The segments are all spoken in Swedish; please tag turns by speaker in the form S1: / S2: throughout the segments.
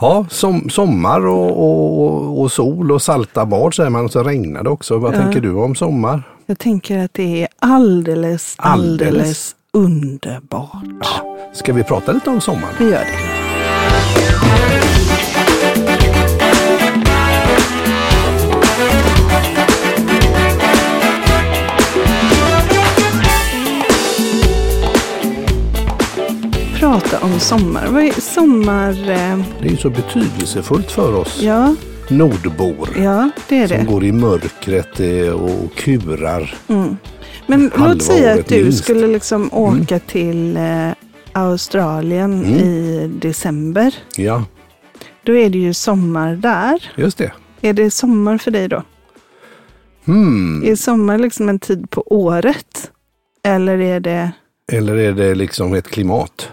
S1: Ja, som, sommar och, och, och sol och salta bad säger man och så regnar det också. Vad
S2: Ja.
S1: tänker du om sommar?
S2: Jag tänker att det är alldeles, alldeles,
S1: Alldeles.
S2: underbart.
S1: Ska vi prata lite om sommaren?
S2: Vi gör det. Prata om sommar. Vad är sommar... Eh,
S1: Det är ju så betydelsefullt för oss
S2: ja,
S1: nordbor
S2: ja, det är
S1: som
S2: det.
S1: går i mörkret eh, och kurar.
S2: Men
S1: halva
S2: låt säga att
S1: året
S2: du
S1: minst.
S2: skulle liksom åka till eh, Australien
S1: Mm.
S2: i december.
S1: Ja,
S2: Då är det ju sommar där.
S1: just det.
S2: Är det sommar för dig då?
S1: Hmm.
S2: Är sommar liksom en tid på året? Eller är det...
S1: Eller är det liksom ett klimat?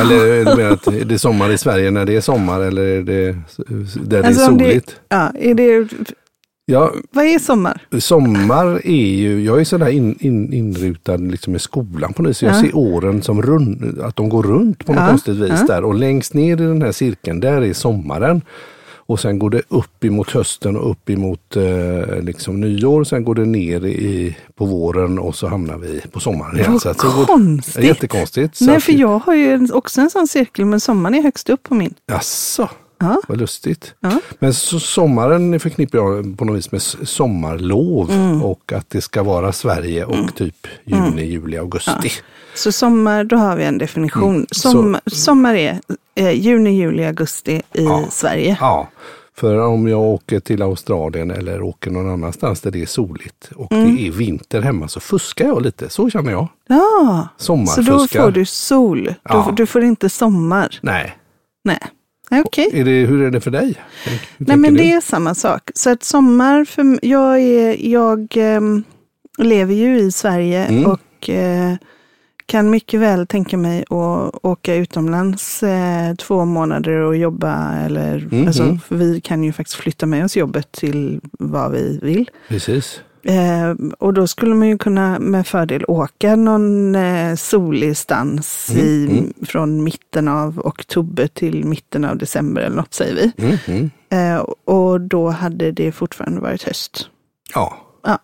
S1: Eller är det, mer att det är sommar i Sverige när det är sommar eller är det s- där det
S2: Alltså,
S1: är
S2: om det-
S1: soligt?
S2: Ja, är det...
S1: Ja,
S2: Vad är sommar?
S1: Sommar är ju, jag är sådär in, in, inrutad liksom i skolan på något vis. Jag
S2: Ja.
S1: ser åren som rund, att de går runt på något
S2: Ja,
S1: konstigt vis
S2: ja.
S1: där. Och längst ner i den här cirkeln, där är sommaren. Och sen går det upp emot hösten och upp emot eh, liksom nyår. Sen går det ner i, på våren och så hamnar vi på sommaren igen.
S2: Vad
S1: Så alltså, att så går,
S2: konstigt!
S1: det är jättekonstigt. Så
S2: Nej,
S1: att-
S2: för jag har ju en- också en sån cirkel, men sommaren är högst upp på min.
S1: Jaså,
S2: Ja.
S1: vad lustigt.
S2: Ja.
S1: Men så sommaren förknippar jag på något vis med s- sommarlov
S2: Mm.
S1: och att det ska vara Sverige och typ juni, juli, augusti.
S2: Så sommar, då har vi en
S1: Mm.
S2: definition. Som, Sommar är eh, juni, juli, augusti i
S1: Ja.
S2: Sverige.
S1: Ja, för om jag åker till Australien eller åker någon annanstans där det är soligt och
S2: Mm.
S1: det är vinter hemma så fuskar jag lite. Så känner jag.
S2: Ja, så
S1: Sommarfuskar.
S2: då får du sol.
S1: Ja.
S2: Du, du får inte sommar.
S1: Nej,
S2: Nej, Nej, okej.
S1: är det, hur är det för dig? Tänk- hur
S2: Nej,
S1: tänker
S2: men
S1: du?
S2: det är samma sak. Så att sommar, för m- jag, är, jag ehm, lever ju i Sverige
S1: Mm.
S2: och eh, kan mycket väl tänka mig att åka utomlands eh, två månader och jobba. Eller,
S1: Mm,
S2: alltså,
S1: mm.
S2: för vi kan ju faktiskt flytta med oss jobbet till vad vi vill.
S1: Precis.
S2: Eh, och då skulle man ju kunna med fördel åka någon eh, solig stans
S1: Mm,
S2: i, från mitten av oktober till mitten av december eller något säger vi.
S1: Mm, mm.
S2: Eh, och då hade det fortfarande varit höst.
S1: Ja,
S2: Ja,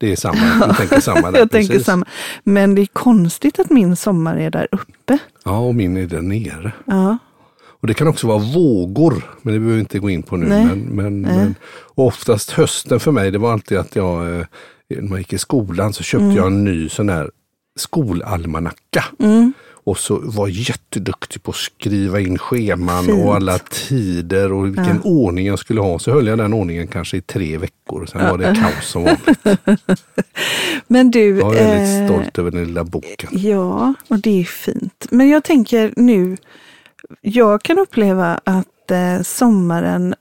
S1: det är samma. Jag tänker samma där.
S2: jag tänker
S1: precis.
S2: samma. Men det är konstigt att min sommar är där uppe.
S1: Ja, och min är där nere.
S2: Ja,
S1: Och det kan också vara vågor, men det behöver vi inte gå in på nu.
S2: Nej.
S1: Men, men, men, och oftast hösten för mig, det var alltid att jag, eh, när jag gick i skolan så köpte
S2: Mm.
S1: jag en ny sån här skolalmanacka.
S2: Mm.
S1: Och så var jag jätteduktig på att skriva in scheman
S2: Fint.
S1: och alla tider och vilken ordning jag skulle ha. Så höll jag den ordningen kanske i tre veckor. Sen var det kaos som vanligt.
S2: men du.
S1: Jag är väldigt
S2: eh,
S1: stolt över den lilla boken.
S2: Ja, och det är fint. Men jag tänker nu, jag kan uppleva att eh, sommaren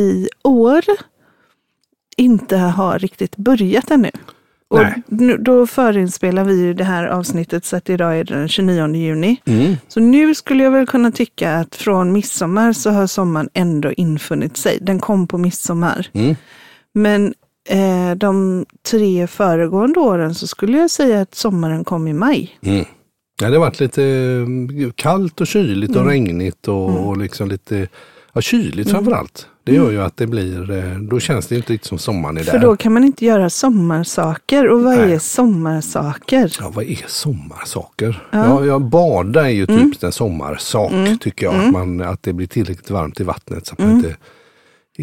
S2: i år inte har riktigt börjat ännu. Och
S1: Nej.
S2: nu, då förinspelar vi ju det här avsnittet så att idag är det den 29 juni.
S1: Mm.
S2: Så nu skulle jag väl kunna tycka att från midsommar så har sommaren ändå infunnit sig. Den kom på midsommar.
S1: Mm.
S2: Men eh, de tre föregående åren så skulle jag säga att sommaren kom i maj.
S1: Mm. Ja, det har varit lite eh, kallt och kyligt
S2: Mm.
S1: och regnigt och, och liksom lite ja, kyligt framförallt. Det gör ju att det blir, eh, då känns det inte riktigt som sommaren är
S2: Mm. För
S1: där.
S2: då kan man inte göra sommarsaker. Och vad
S1: Nej.
S2: är sommarsaker?
S1: Ja, vad är sommarsaker? Ja. Ja, bada är ju
S2: Mm.
S1: typ en sommarsak tycker jag. Att, man, att det blir tillräckligt varmt i vattnet så att man inte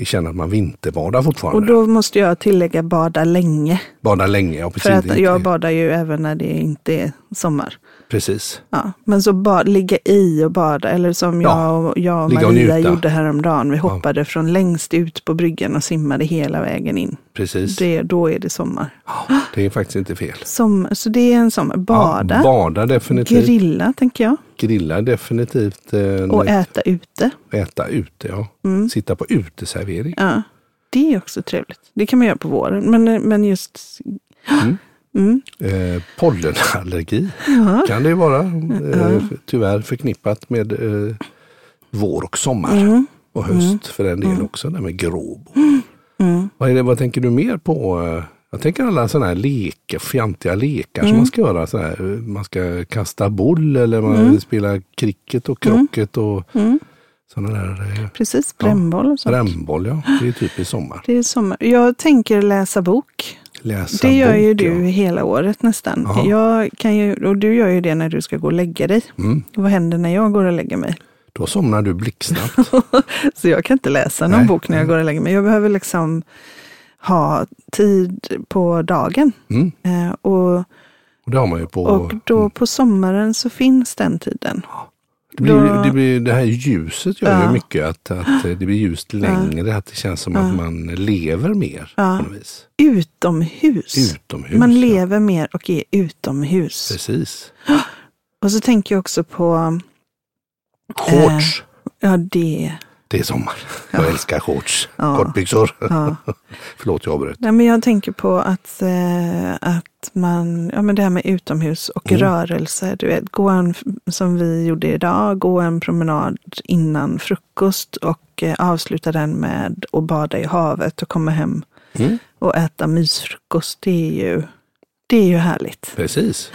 S1: känner att man vinterbadar fortfarande.
S2: Mm. Och då måste jag tillägga bada länge.
S1: Bada länge, ja precis.
S2: För att
S1: Inte-
S2: jag badar ju även när det inte är sommar.
S1: precis.
S2: Ja, men så ba- ligga i och bada, eller som
S1: Ja,
S2: jag, och, jag och
S1: ligga och
S2: Maria
S1: njuta.
S2: gjorde häromdagen. Vi hoppade från längst ut på bryggan och simmade hela vägen in.
S1: precis. Det...
S2: Det, då är det sommar.
S1: det är faktiskt inte fel.
S2: Som, så det är en sommar. Bada,
S1: Ja, bada definitivt.
S2: grilla tänker jag.
S1: Grilla definitivt. eh,
S2: Och äta ute.
S1: äta ute, ja.
S2: Mm.
S1: Sitta på uteservering.
S2: Ja, det är också trevligt. Det kan man göra på våren. Men, men just
S1: Mm.
S2: Mm,
S1: Eh, pollenallergi kan det ju vara eh, tyvärr förknippat med eh, vår och sommar.
S2: Mm.
S1: Och höst för den del också, där med gråbo.
S2: Mm.
S1: Vad, är det, vad tänker du mer på? eh? Jag tänker alla sådana här lekar, fjantiga lekar
S2: Mm.
S1: som man ska göra. Så här,
S2: Mm.
S1: eh, man ska kasta boll eller man spelar cricket och krocket och Sådana där eh,
S2: Precis, brännboll och sånt.
S1: brännboll, ja. Det är typiskt sommar.
S2: Det är sommar. Jag tänker läsa bok.
S1: Läsa
S2: det gör ju
S1: bok,
S2: du
S1: ja.
S2: hela året nästan.
S1: Jaha.
S2: Jag kan ju, och du gör ju det när du ska gå och lägga dig.
S1: Mm.
S2: Vad händer när jag går och lägger mig?
S1: Då somnar du blixtsnabbt.
S2: Så jag kan inte läsa någon
S1: Nej,
S2: bok när jag går och lägger mig. Jag behöver liksom ha tid på dagen.
S1: Mm.
S2: Eh, och,
S1: Och det har man ju på...
S2: och då
S1: Mm.
S2: på sommaren så finns den tiden.
S1: det, blir,
S2: då-
S1: ju- det, blir, det här ljuset gör
S2: Ja.
S1: ju mycket att, att eh, det blir ljust längre. Att det känns som att man lever mer på något vis.
S2: Utomhus.
S1: Utomhus.
S2: Man
S1: ja.
S2: lever mer och är utomhus.
S1: Precis.
S2: Och så tänker jag också på, Eh.
S1: Shorts.
S2: ja det,
S1: Det är sommar. Jag älskar shorts.
S2: Ja.
S1: Kortbyxor.
S2: ja.
S1: Förlåt, jag avbröt.
S2: Nej, men jag tänker på att, eh, att man, ja men det här med utomhus och
S1: Mm.
S2: rörelse, du vet, gå en, som vi gjorde idag, gå en promenad innan frukost och eh, avsluta den med att bada i havet och komma hem
S1: Mm.
S2: och äta mysfrukost, det är ju, det är ju härligt.
S1: Precis.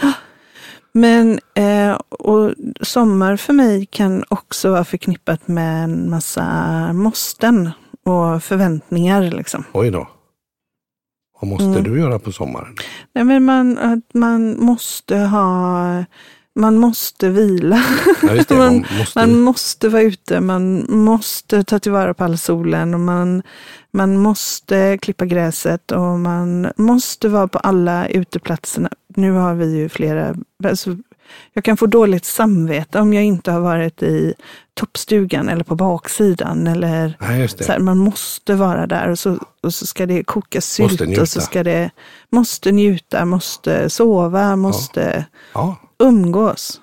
S2: Men eh, och sommar för mig kan också vara förknippat med en massa måsten och förväntningar liksom.
S1: Oj då. Vad måste
S2: Mm.
S1: du göra på sommaren?
S2: Nej, men man, att man måste ha, man måste vila.
S1: Ja, just det, man, måste,
S2: Man måste vara ute, man måste ta tillvara på all solen och man, man måste klippa gräset och man måste vara på alla uteplatserna. Nu har vi ju flera, alltså, jag kan få dåligt samvete om jag inte har varit i toppstugan eller på baksidan eller
S1: nej, just
S2: så
S1: det.
S2: här, man måste vara där och så, och så ska det koka
S1: Måste
S2: sylt
S1: njuta.
S2: och så ska det, måste njuta, måste sova, måste
S1: Ja.
S2: umgås.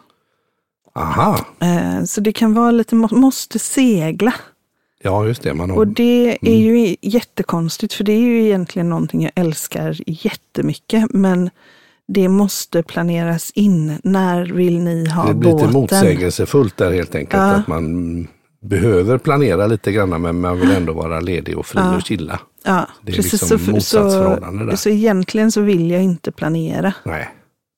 S1: Aha.
S2: Eh, så det kan vara lite, må- måste segla.
S1: Ja, just det. Man har,
S2: Och det är
S1: Mm.
S2: ju jättekonstigt för det är ju egentligen någonting jag älskar jättemycket. Men det måste planeras in. När vill ni ha
S1: det blir lite
S2: båten?
S1: motsägelsefullt där helt enkelt.
S2: Ja.
S1: Att man behöver planera lite grann men man vill ändå vara ledig och fri och chilla.
S2: Ja,
S1: Det är
S2: precis.
S1: liksom
S2: så, för-
S1: motsatsförhållande där.
S2: så, så egentligen så vill jag inte planera.
S1: Nej,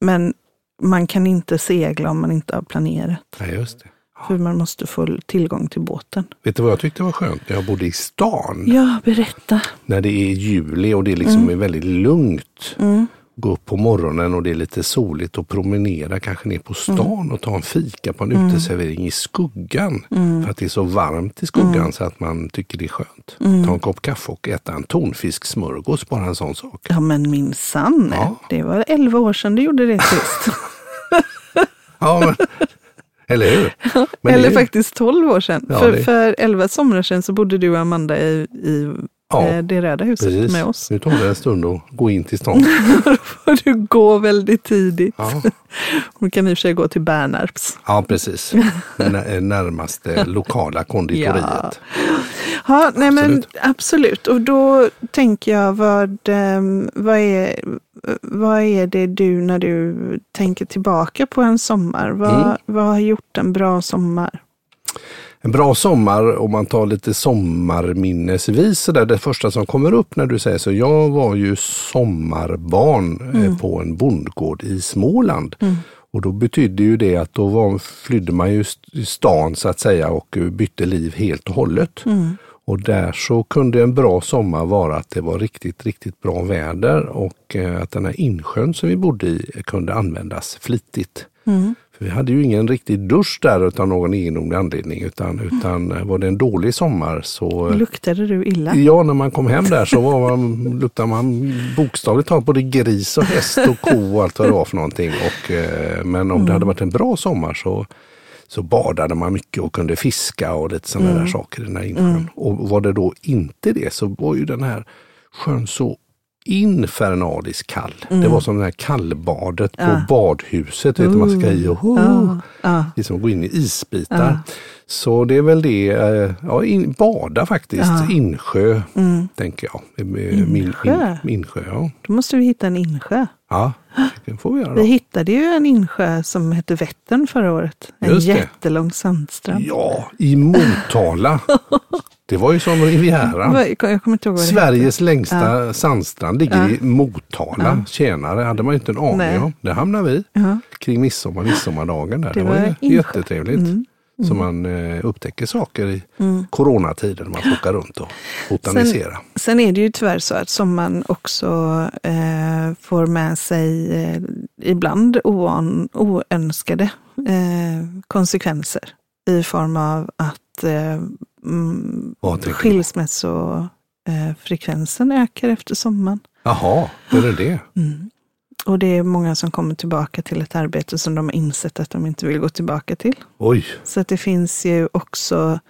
S2: Men man kan inte segla om man inte har planerat.
S1: nej just det.
S2: För man måste få tillgång till båten.
S1: Vet du vad jag tyckte var skönt när jag bodde i stan?
S2: Ja, Mm. berätta.
S1: När det är juli och det liksom är väldigt lugnt.
S2: Mm.
S1: Gå upp på morgonen och det är lite soligt och promenera kanske ner på
S2: Mm.
S1: stan och ta en fika på en uteservering i skuggan.
S2: Mm.
S1: För att det är så varmt i skuggan så att man tycker det är skönt.
S2: Mm.
S1: Ta en kopp kaffe och äta en tonfisksmörgås, bara en sån sak.
S2: Ja, men min sann.
S1: Ja.
S2: Det var 11 år sedan du gjorde det sist.
S1: Ja, men, eller hur? Men det är
S2: Eller
S1: ju-
S2: faktiskt 12 år sedan.
S1: Ja,
S2: för,
S1: det-
S2: för 11 somrar sedan så bodde du och Amanda i, i
S1: Ja,
S2: eh, det röda huset
S1: Precis.
S2: med oss.
S1: Nu tog det en stund att gå in till stan.
S2: Och du går väldigt tidigt.
S1: Ja,
S2: Hon kan i och för sig gå till Bernarps.
S1: ja precis. Nä- närmaste lokala konditoriet.
S2: Ja, nej men
S1: Absolut.
S2: absolut. Och då tänker jag, vad, ehm, vad, är, vad är det du när du tänker tillbaka på en sommar? Vad,
S1: Mm.
S2: vad har gjort en bra sommar?
S1: En bra sommar, om man tar lite sommarminnesvis, så där, det första som kommer upp när du säger så. Jag var ju sommarbarn eh, på en bondgård i Småland. Och då betydde ju det att då var, flydde man ju st- stan så att säga och eh, bytte liv helt och hållet. Och där så kunde en bra sommar vara att det var riktigt, riktigt bra väder och eh, att den här insjön som vi bodde i eh, kunde användas flitigt.
S2: Mm.
S1: För vi hade ju ingen riktig dusch där utan någon egendomlig anledning. Utan, utan eh, var det en dålig sommar så... eh,
S2: Luktade du illa?
S1: Ja, när man kom hem där så var man, luktade man bokstavligt talat både gris och häst och ko och allt vad det var för någonting. Och, eh, men om det hade varit en bra sommar så, så badade man mycket och kunde fiska och lite sådana där saker i den här insjön. Och var det då inte det så var ju den här sjön så infernaliskt kall. Det var som det här kallbadet på badhuset. Vet du, man ska i och
S2: Ja.
S1: det är som att gå in i isbitar. Så det är väl det, eh, ja, in, bada faktiskt, insjö, tänker jag. Eh, Min,
S2: Mm. Insjö?
S1: in, insjö, ja.
S2: Då måste vi hitta en insjö.
S1: ja. Det får vi göra
S2: Vi
S1: då.
S2: hittade ju en insjö som hette Vättern förra året. En
S1: Just det.
S2: jättelång sandstrand.
S1: Ja, i Motala. Det var ju som Rivieran.
S2: Vad- Jag kommer inte ihåg vad det hette.
S1: Sveriges längsta sandstrand ligger i Motala. Tjänare hade man ju inte en aning
S2: Nej.
S1: om. Där hamnade vi.
S2: Ja.
S1: Kring midsommar, midsommardagen. Där. Det,
S2: Det
S1: var
S2: var
S1: ju
S2: insjö. Mm.
S1: jättetrevligt. Så man eh, upptäcker saker i coronatiden. Man får åka runt och botanisera.
S2: Sen är det ju tyvärr så att som man också eh, får med sig eh, ibland oan, oönskade eh, konsekvenser i form av att eh, mm,
S1: Vad tänker du?
S2: skilsmässofrekvensen ökar efter sommaren. Mm.
S1: Jaha, är det det?
S2: Och det är många som kommer tillbaka till ett arbete som de har insett att de inte vill gå tillbaka till.
S1: Oj,
S2: Så att det finns ju också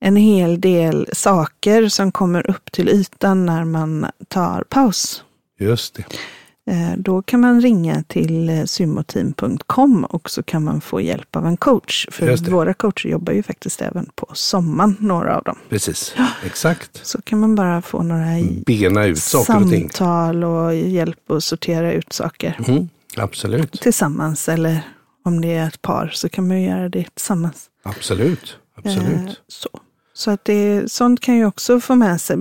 S2: en hel del saker som kommer upp till ytan när man tar paus.
S1: just det.
S2: Eh, Då kan man ringa till eh, symoteam.com och så kan man få hjälp av en coach.
S1: Just det.
S2: För våra coacher jobbar ju faktiskt även på sommaren, några av dem.
S1: Precis, exakt.
S2: Så kan man bara få några i-
S1: Bena Mm. ut saker och ting.
S2: samtal och hjälp att sortera ut saker
S1: Mm,
S2: Typ.
S1: absolut,
S2: tillsammans. Eller om det är ett par så kan man ju göra det tillsammans.
S1: absolut,
S2: Eh,
S1: absolut.
S2: Så. Så att det, sånt kan ju också få med sig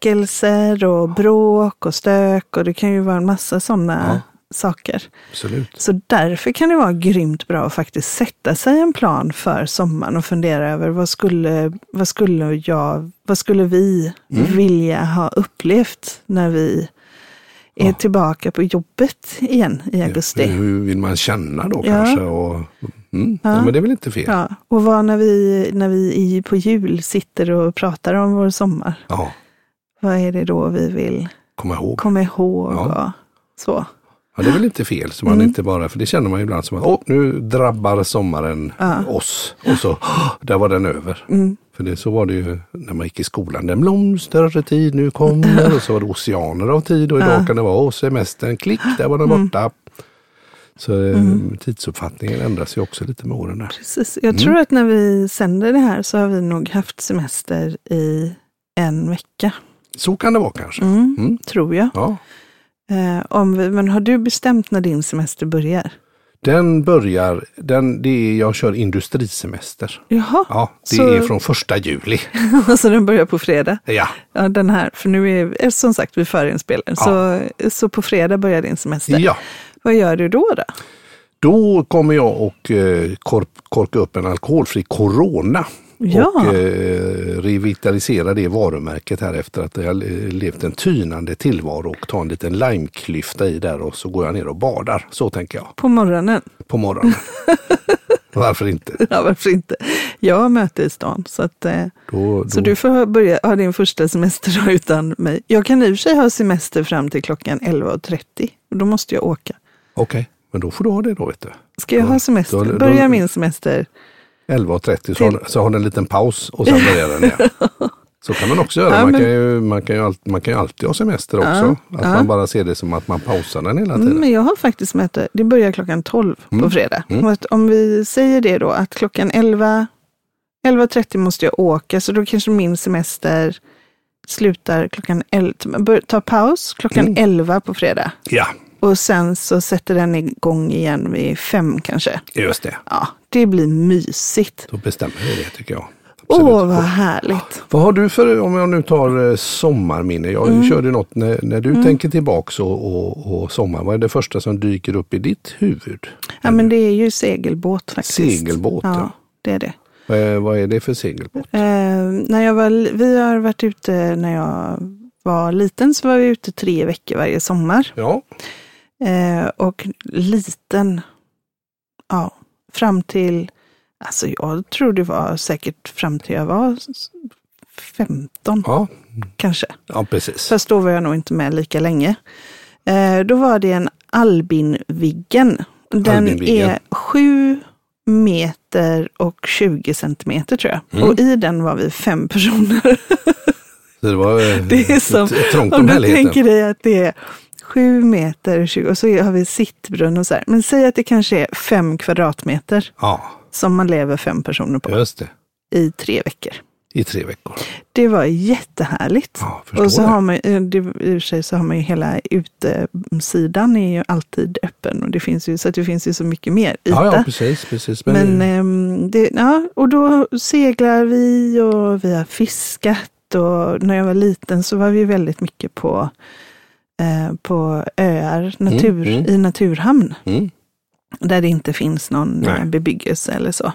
S2: besvikelser och bråk och stök och det kan ju vara en massa sådana saker.
S1: absolut.
S2: Så därför kan det vara grymt bra att faktiskt sätta sig en plan för sommaren och fundera över vad skulle, vad skulle, jag, vad skulle vi vilja ha upplevt när vi är tillbaka på jobbet igen i augusti.
S1: Hur vill man känna då
S2: Ja.
S1: kanske? Och, mm, ja.
S2: Ja.
S1: men det är väl inte fel?
S2: Ja, och vad när vi, när vi i, på jul sitter och pratar om vår sommar.
S1: Ja,
S2: Vad är det då vi vill
S1: komma ihåg.
S2: komma ihåg?
S1: Ja.
S2: Och så.
S1: Ja, det är väl inte fel. Så man inte bara, för det känner man ju ibland som att Åh, nu drabbar sommaren oss. Och så, "Åh, där var den över. För det, så var det ju när man gick i skolan. Den blomstertid nu kommer. Och så var det oceaner av tid. Och idag kan det vara "Åh, semestern, klick, där var den borta. Så eh, tidsuppfattningen ändras ju också lite med åren. Där.
S2: Precis.
S1: Mm.
S2: Jag tror att när vi sänder det här så har vi nog haft semester i en vecka,
S1: Så kan det vara kanske. Mm.
S2: tror jag.
S1: Ja.
S2: Eh, om vi, men har du bestämt när din semester börjar?
S1: Den börjar, den, det är, jag kör industrisemester.
S2: Jaha,
S1: Ja, det
S2: Så-
S1: är från första juli.
S2: så Alltså, den börjar på fredag.
S1: Ja,
S2: Ja, den här, för nu är som sagt vi förinspelar. Så, så på fredag börjar din semester.
S1: ja.
S2: Vad gör du då? då?
S1: Då kommer jag och eh, korp- korka upp en alkoholfri Corona.
S2: Ja.
S1: Och eh, revitalisera det varumärket här efter att jag eh, levt en tynande tillvaro och ta en liten limeklyfta i där och så går jag ner och badar. Så tänker jag
S2: På morgonen?
S1: på morgonen. Varför inte?
S2: Ja, varför inte? Jag har möte i stan, så, att, eh,
S1: Då, då,
S2: så du får börja ha din första semester utan mig. Jag kan i och för sig ha semester fram till klockan 11.30 och då måste jag åka.
S1: Okej, men då får du ha det då vet du.
S2: Ska jag
S1: Ja,
S2: ha semester?
S1: då- då-
S2: Börjar min semester?
S1: 11.30 så, har- så har den en liten paus och sen börjar den igen. Så kan man också göra.
S2: Ja,
S1: man,
S2: men-
S1: kan ju, man, kan ju alltid, man kan ju alltid ha semester också. Att man bara ser det som att man pausar den hela tiden.
S2: Mm, men jag har faktiskt möte. Det börjar klockan 12
S1: Mm.
S2: på fredag. Och att Om vi säger det då, att klockan 11, 11.30 måste jag åka, så då kanske min semester slutar klockan 11. Bör- Ta paus klockan
S1: Mm.
S2: 11 på fredag.
S1: Ja,
S2: Och sen så sätter den igång igen vid fem kanske.
S1: just det.
S2: Ja, det blir mysigt.
S1: Då bestämmer vi det tycker jag. Absolut.
S2: Åh, vad härligt.
S1: Vad har du för, om jag nu tar eh, sommarminne. Jag
S2: Mm.
S1: körde något när, när du tänker tillbaks och, och, och sommar. Vad är det första som dyker upp i ditt huvud?
S2: Ja, men det är ju segelbåt faktiskt.
S1: Segelbåt, ja.
S2: Ja, det är det.
S1: Eh, vad är det för segelbåt?
S2: Eh, när jag var, li- vi har varit ute när jag var liten så var vi ute tre veckor varje sommar.
S1: Ja,
S2: Eh, och liten, ja, fram till, alltså jag tror det var säkert fram till jag var s- s- 15
S1: ja,
S2: kanske.
S1: ja precis.
S2: Fast då var jag nog inte med lika länge. Eh, då var det en Albinviggen. Den
S1: Albinviggen.
S2: är 7 meter och 20 centimeter tror jag. Och i den var vi fem personer.
S1: Så det var eh,
S2: Det är som,
S1: t- trångt
S2: om
S1: om
S2: du
S1: helheten.
S2: tänker dig att det är 7 meter och 20 och så har vi sittbrunn och så här. Men säg att det kanske är 5 kvadratmeter
S1: Ja,
S2: som man lever fem personer på
S1: just det.
S2: i tre veckor.
S1: I tre veckor.
S2: Det var jättehärligt.
S1: Ja, förstår
S2: och så
S1: det.
S2: har man, eh, det, i och för sig så har man ju hela utsidan är ju alltid öppen och det finns ju, så att det finns ju så mycket mer yta.
S1: Ja, ja, precis, precis. Men,
S2: Men ehm, det, ja, och då seglar vi och vi har fiskat och när jag var liten så var vi väldigt mycket på, eh, på öar, natur,
S1: mm.
S2: i naturhamn
S1: mm,
S2: där det inte finns någon
S1: Nej.
S2: eh, bebyggelse eller så.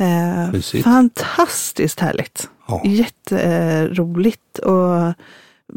S2: Eh,
S1: Mysigt.
S2: fantastiskt härligt.
S1: Ja.
S2: Jätteroligt och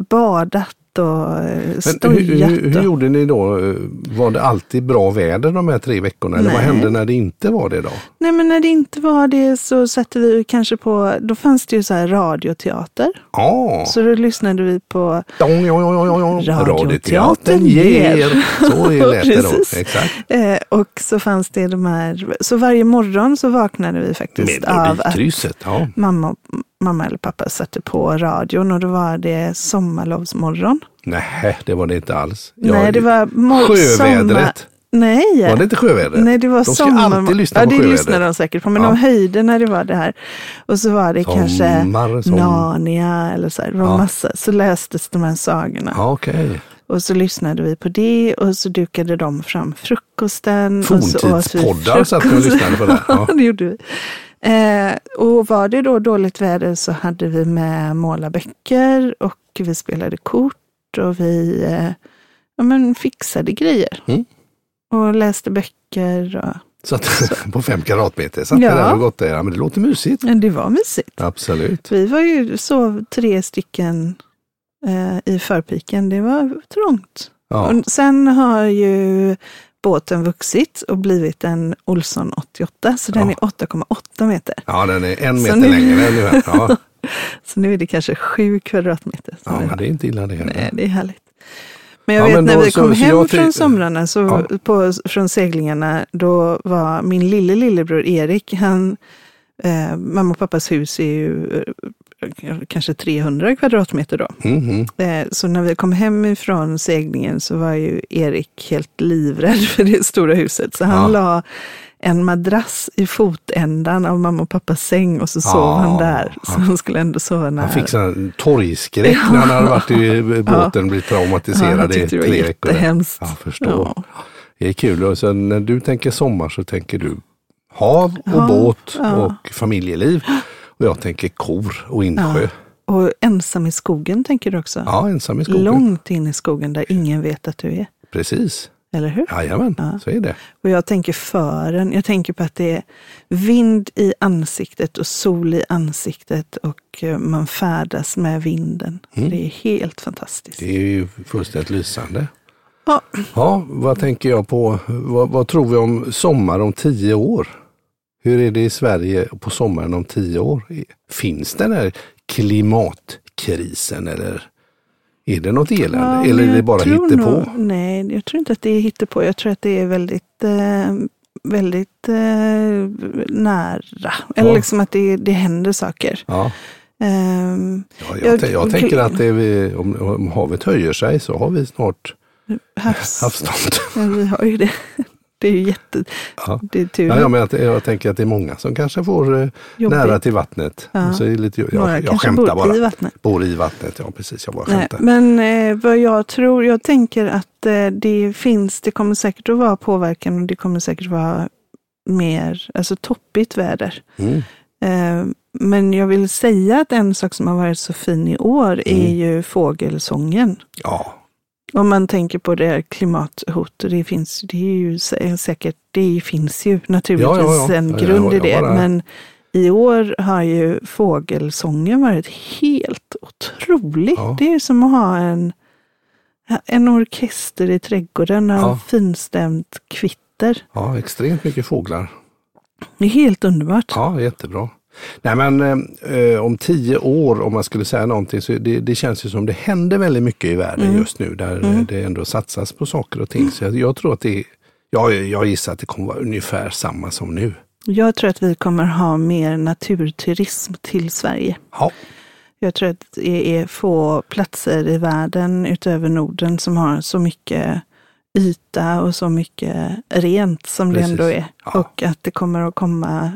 S2: badat och eh,
S1: Men hur,
S2: stojat.
S1: hur, hur
S2: och-
S1: gjorde ni då? Eh, Var det alltid bra väder de här tre veckorna? Eller vad
S2: Nej.
S1: hände när det inte var det då?
S2: Nej men när det inte var det så satte vi kanske på, då fanns det ju så här radioteater.
S1: Ja,
S2: Så då lyssnade vi på
S1: Dong, jo, jo, jo, jo.
S2: Radioteatern
S1: radioteatern
S2: ger.
S1: ger. Så lät det
S2: Precis.
S1: då. Exakt.
S2: Eh, och så fanns det de här, så varje morgon så vaknade vi faktiskt av att
S1: Melodikrysset, ja.
S2: mamma, mamma eller pappa satte på radion och då var det sommarlovsmorgon.
S1: Nej, det var det inte alls.
S2: nej, det var mor- sommar-
S1: Sjövädret.
S2: Nej.
S1: Var det inte sjövädret?
S2: Nej, det var
S1: de ska
S2: sommar...
S1: alltid lyssna
S2: ja,
S1: på
S2: det
S1: sjövädret.
S2: lyssnade de säkert på, men
S1: Ja.
S2: de höjde när det var det här. Och så var det kanske
S1: Sommar, som...
S2: Narnia eller så här. Det var massa. Så lästes de här sagorna.
S1: Ja, okej.
S2: Och så lyssnade vi på det och så dukade de fram frukosten. och så åt vi
S1: Forntidspoddar satt vi och
S2: frukost.
S1: lyssnade på det. Ja.
S2: Ja, det gjorde vi. Eh, och var det då dåligt väder så hade vi med målarböcker och vi spelade kort och vi eh, ja, men fixade grejer.
S1: Mm.
S2: Och läste böcker. Och,
S1: Så att, på fem kvadratmeter satt
S2: Ja.
S1: vi där och gott där. Ja, men det låter mysigt.
S2: men det var mysigt.
S1: Absolut.
S2: Vi var ju så tre stycken eh, i förpiken. Det var trångt.
S1: Ja.
S2: Och sen har ju båten vuxit och blivit en Olsson 88, så den
S1: Ja.
S2: är 8,8 meter.
S1: ja, den är en
S2: Så
S1: meter
S2: nu-
S1: längre nu. Ja.
S2: Så nu är det kanske sju kvadratmeter. som
S1: ja,
S2: är-
S1: men det är inte illa det
S2: Nej,
S1: heller.
S2: det är härligt. Men
S1: Ja,
S2: jag vet
S1: men
S2: när
S1: då
S2: vi
S1: så-
S2: kom
S1: så
S2: hem
S1: jag ty-
S2: från somrarna, så på, från seglingarna, då var min lille lillebror Erik, han, eh, mamma och pappas hus är ju eh, kanske 300 kvadratmeter då.
S1: Mhm.
S2: Eh, så när vi kom hem ifrån seglingen så var ju Erik helt livrädd för det stora huset. Så han
S1: Ja.
S2: la en madrass i fotändan av mamma och pappas säng och så sov
S1: Ja.
S2: han där. Så
S1: Ja.
S2: han skulle ändå sova nära.
S1: Han fick sån här torgskräck när han hade varit i båten och blivit traumatiserad i
S2: tyckte det var
S1: tre veckor.
S2: jättehemskt.
S1: Jag förstår. Det är kul. Och sen när du tänker sommar så tänker du hav och
S2: Hav,
S1: båt
S2: ja.
S1: och familjeliv. Och jag tänker kor och insjö.
S2: Och ensam i skogen tänker du också.
S1: Ja, ensam i skogen.
S2: Långt in i skogen där ingen vet att du är.
S1: Precis.
S2: Eller hur?
S1: Jajamän,
S2: Ja.
S1: så är det.
S2: Och jag tänker fören. Jag tänker på att det är vind i ansiktet och sol i ansiktet och eh, man färdas med vinden. Det är helt fantastiskt.
S1: Mm. Det är ju fullständigt lysande.
S2: Ja,
S1: Ja, vad tänker jag på? Vad, vad tror vi om sommar om tio år? Hur är det i Sverige på sommaren om tio år? Finns den här klimatkrisen eller är det något elände?
S2: men
S1: eller är det
S2: jag
S1: bara
S2: tror
S1: hittepå?
S2: nog- Nej, jag tror inte att det är hittepå. Jag tror att det är väldigt, eh, väldigt eh, nära. Eller
S1: Ja.
S2: liksom att det, det händer saker.
S1: Ja,
S2: Ehm,
S1: ja, jag, jag, jag
S2: Jag-
S1: tänker att det är vi, om, om havet höjer sig så har vi snart
S2: havs,
S1: havsnot.
S2: Ja, vi har ju det. Det är ju jätte...
S1: Ja.
S2: Det är tur.
S1: Ja, ja, men jag, jag tänker att det är många som kanske får eh,
S2: Jobbigt.
S1: nära till vattnet.
S2: Ja.
S1: Och Så är det lite,
S2: Några
S1: jag, jag
S2: kanske
S1: skämtar
S2: bor
S1: bara.
S2: i vattnet.
S1: Bor i vattnet, ja precis. Jag bara
S2: Nej,
S1: skämtar.
S2: men eh, vad jag tror, jag tänker att eh, det finns, det kommer säkert att vara påverkan och det kommer säkert vara mer, alltså toppigt väder.
S1: Mm.
S2: Eh, men jag vill säga att en sak som har varit så fin i år är
S1: Mm.
S2: ju fågelsången.
S1: Ja,
S2: Om man tänker på det här klimathotet, det finns det är ju sä- eh, säkert, det finns ju naturligtvis
S1: ja, ja.
S2: en
S1: Ja, ja,
S2: grund
S1: jag
S2: i det,
S1: bara-
S2: men i år har ju fågelsången varit helt otrolig.
S1: Ja.
S2: Det är ju som att ha en, en orkester i trädgården av
S1: Ja.
S2: finstämt kvitter.
S1: ja, extremt mycket fåglar.
S2: Det är helt underbart.
S1: Ja, jättebra. Nej men eh, eh, om tio år om man skulle säga någonting så det, det känns ju som det händer väldigt mycket i världen
S2: Mm.
S1: just nu där eh, det ändå satsas på saker och ting. Så jag, jag tror att det, jag, jag gissar att det kommer vara ungefär samma som nu.
S2: Jag tror att vi kommer ha mer naturturism till Sverige.
S1: Ja,
S2: Jag tror att det är få platser i världen utöver Norden som har så mycket yta och så mycket rent som
S1: Precis.
S2: det ändå är.
S1: Ja.
S2: Och att det kommer att komma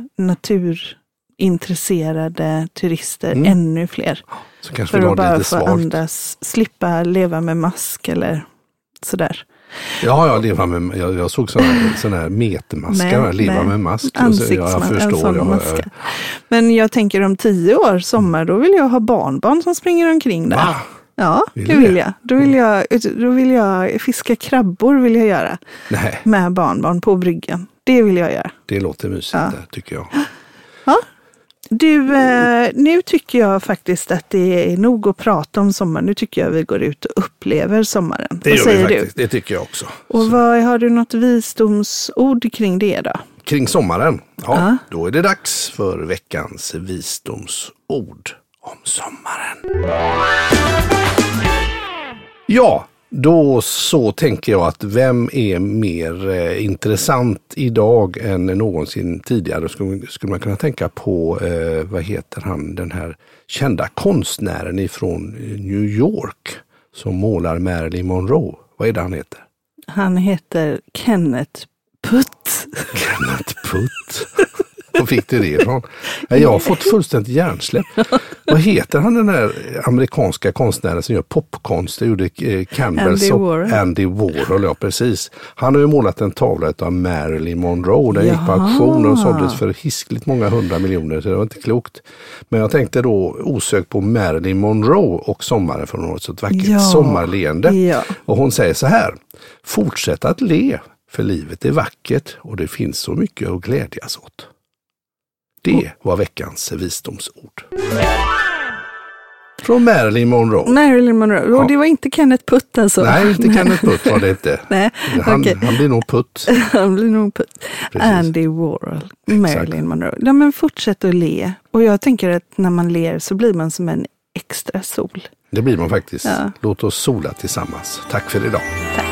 S2: naturintresserade turister,
S1: Mm.
S2: ännu fler.
S1: så kanske vi
S2: För att
S1: har det
S2: bara
S1: lite
S2: få
S1: svagt.
S2: andas, slippa leva med mask eller sådär.
S1: Ja, ja, leva med, jag, jag såg sådana såna här
S2: Nej,
S1: metmaskar, leva
S2: nej.
S1: med mask. Och så-
S2: Ansiktsmask,
S1: jag
S2: en
S1: förstår,
S2: sån
S1: jag,
S2: maska. Men jag tänker om tio år, sommar, då vill jag ha barnbarn som springer omkring där.
S1: Va?
S2: Ja,
S1: Vill
S2: det
S1: du
S2: vill
S1: det? Mm.
S2: jag. Då vill jag, då vill jag fiska krabbor vill jag göra
S1: Nej,
S2: med barnbarn på bryggan. Det vill jag göra.
S1: det låter mysigt
S2: Ja.
S1: där, tycker jag.
S2: Ja. Du, eh, nu tycker jag faktiskt att det är nog att prata om sommaren. Nu tycker jag vi går ut och upplever sommaren.
S1: Det
S2: vad
S1: gör vi
S2: säger
S1: faktiskt. Det tycker jag också.
S2: du? Och vad, har du något visdomsord kring det då?
S1: Kring sommaren, ja,
S2: Ja.
S1: då är det dags för veckans visdomsord om sommaren. Ja, då så tänker jag att vem är mer eh, intressant idag än någonsin tidigare? Skulle, skulle man kunna tänka på, eh, vad heter han, den här kända konstnären ifrån eh, New York som målar Marilyn Monroe. Vad är det han heter?
S2: Han heter Kenneth Putt.
S1: Kenneth Putt. Var fick du det ifrån? Nej, Jag har fått fullständigt hjärnsläpp. Vad heter han den där amerikanska konstnären som gör popkonst? Det gjorde eh, Campbells
S2: Andy
S1: och-
S2: Warhol.
S1: Andy Warhol, ja precis. Han har ju målat en tavla av Marilyn Monroe. Den gick på
S2: Jaha.
S1: auktion och såldes för hiskligt många hundra miljoner. Så det var inte klokt. Men jag tänkte då osökt på Marilyn Monroe och sommaren från året. Så ett vackert
S2: Ja.
S1: sommarleende.
S2: Ja.
S1: Och hon säger så här. Fortsätt att le, för livet är vackert och det finns så mycket att glädjas åt.
S2: Mm.
S1: Det var veckans visdomsord. Från Marilyn Monroe.
S2: Marilyn Monroe. Och
S1: Ja.
S2: det var inte Kenneth Putt alltså?
S1: Nej, inte Kenneth Putt var det inte.
S2: Nej,
S1: Han,
S2: okej.
S1: han blir nog putt.
S2: Han blir nog putt.
S1: Precis.
S2: Andy Warhol, Marilyn Monroe. Ja, men fortsätt att le. Och jag tänker att när man ler så blir man som en extra sol.
S1: Det blir man faktiskt.
S2: Ja.
S1: Låt oss sola tillsammans. Tack för idag.
S2: Tack.